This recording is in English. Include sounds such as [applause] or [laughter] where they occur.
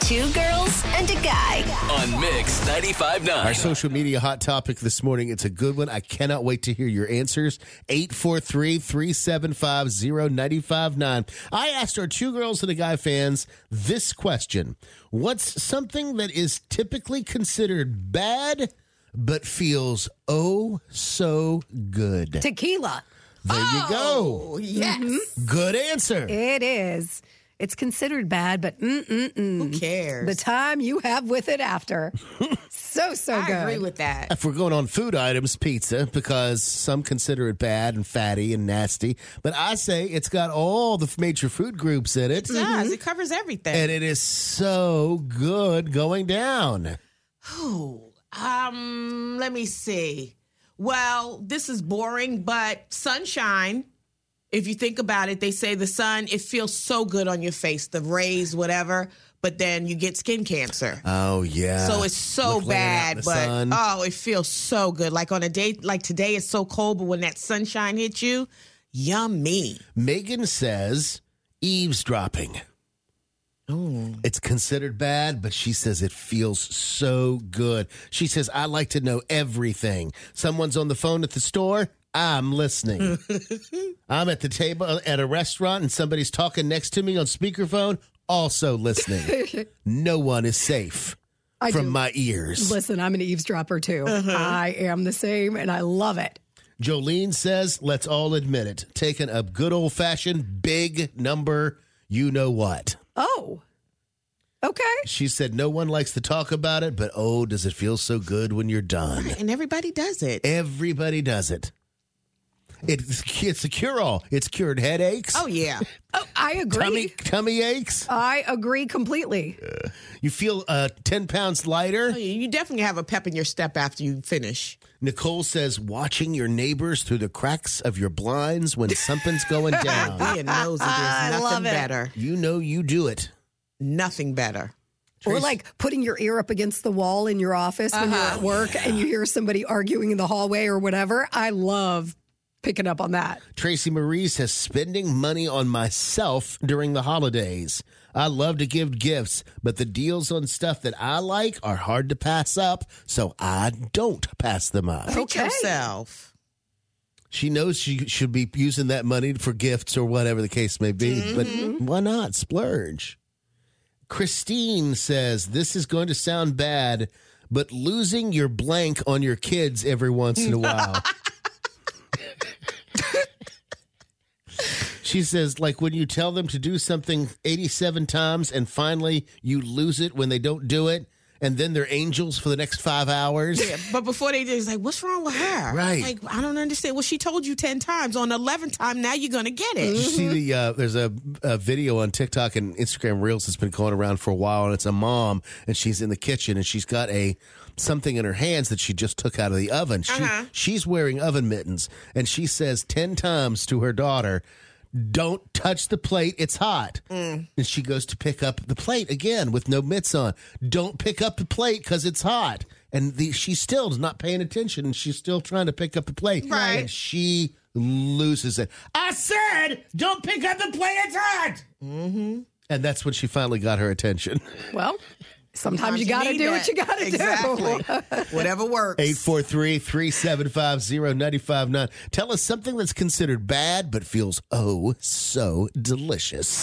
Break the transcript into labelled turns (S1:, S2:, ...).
S1: Two girls and a guy.
S2: on Mix
S3: Our
S2: 95.9.
S3: social media hot topic this morning. It's a good one. I cannot wait to hear your answers. 843 375 0959. I asked our two girls and a guy fans this question What's something that is typically considered bad but feels oh so good? There
S4: Tequila.
S3: you go.
S4: Oh, yes.
S3: Good answer.
S4: It is. It's considered bad, but mm-mm-mm.
S3: Mm-hmm.
S5: Who cares?
S4: the time you have with it after. so, so
S5: I
S4: good.
S5: agree with that.
S3: If we're going on food items, pizza, because some consider it bad and fatty and nasty. But I say it's got all the f- major food groups in it.
S5: It does. It covers everything.
S3: mm-hmm. and it is so good going down.
S5: Ooh, um, let me see. Well, this is boring, but sunshine. If you think about it, they say the sun, it feels so good on your face, the rays, whatever, but then you get skin cancer.
S3: Oh yeah.
S5: so it's so
S3: Look laying out in
S5: bad,
S3: the
S5: but
S3: sun.
S5: oh, it feels so good. Like on a day like today, it's so cold, but when that sunshine hits you, yummy.
S3: Megan says eavesdropping.
S4: Oh.
S3: It's considered bad, but she says it feels so good. She says, I like to know everything. Someone's on the phone at the store. I'm
S4: [laughs]
S3: listening. I'm at the table at a restaurant and somebody's talking next to me on speakerphone, also
S4: [laughs]
S3: listening. no one is safe
S4: I
S3: from
S4: do.
S3: my ears.
S4: Listen, I'm an eavesdropper too. I am the same and I love it.
S3: Jolene says, let's all admit it, taking a good old fashioned big number, you know what.
S4: Oh, okay.
S3: She said, no one likes to talk about it, but oh, does it feel so good when you're done?
S5: And everybody does it.
S3: Everybody does it. It's, it's a cure all. It's cured headaches,
S5: Oh yeah.
S4: Oh, I agree.
S3: tummy, tummy aches.
S4: I agree completely.
S3: You feel uh, 10 pounds lighter.
S5: Oh, yeah, You definitely have a pep in your step after you finish.
S3: Nicole says, watching your neighbors through the cracks of your blinds when something's
S5: [laughs]
S3: going down.
S5: Being nosy,
S4: [laughs]
S5: there's nothing
S4: love it.
S5: better.
S3: you know you do it.
S5: Nothing better.
S4: Or like putting your ear up against the wall in your office when you're at work and you hear somebody arguing in the hallway or whatever. I love picking up on that.
S3: Tracy Marie says, spending money on myself during the holidays. I love to give gifts, but the deals on stuff that I like are hard to pass up, so I don't pass them up.
S5: Treat yourself.
S3: She knows she should be using that money for gifts or whatever the case may be, but why not splurge? Christine says, This is going to sound bad, but losing your blank on your kids every once in a while. she says, like when you tell them to do something 87 times and finally you lose it when they don't do it, and then they're angels for the next five hours.
S5: Yeah, but before they did, it's like, what's wrong with her?
S3: Right.
S5: Like, I don't understand. Well, she told you 10 times. On the 11th time, now you're going to get it.
S3: Did you see the uh, there's a, a video on TikTok and Instagram Reels that's been going around for a while, and it's a mom and she's in the kitchen and she's got a something in her hands that she just took out of the oven. She, She's wearing oven mittens, and she says ten times to her daughter. Don't touch the plate, it's hot. And she goes to pick up the plate again with no mitts on. Don't pick up the plate because it's hot. And the, she still is not paying attention and she's still trying to pick up the plate.
S5: Right.
S3: And she loses it. I said, don't pick up the plate, it's hot. And that's when she finally got her attention.
S4: Well, sometimes, you got
S5: Sometimes
S4: to
S5: need
S4: do
S5: that.
S4: what you got to do. [laughs]
S5: Exactly. Whatever works.
S3: 843 375 0959. Tell us something that's considered bad but feels oh so delicious.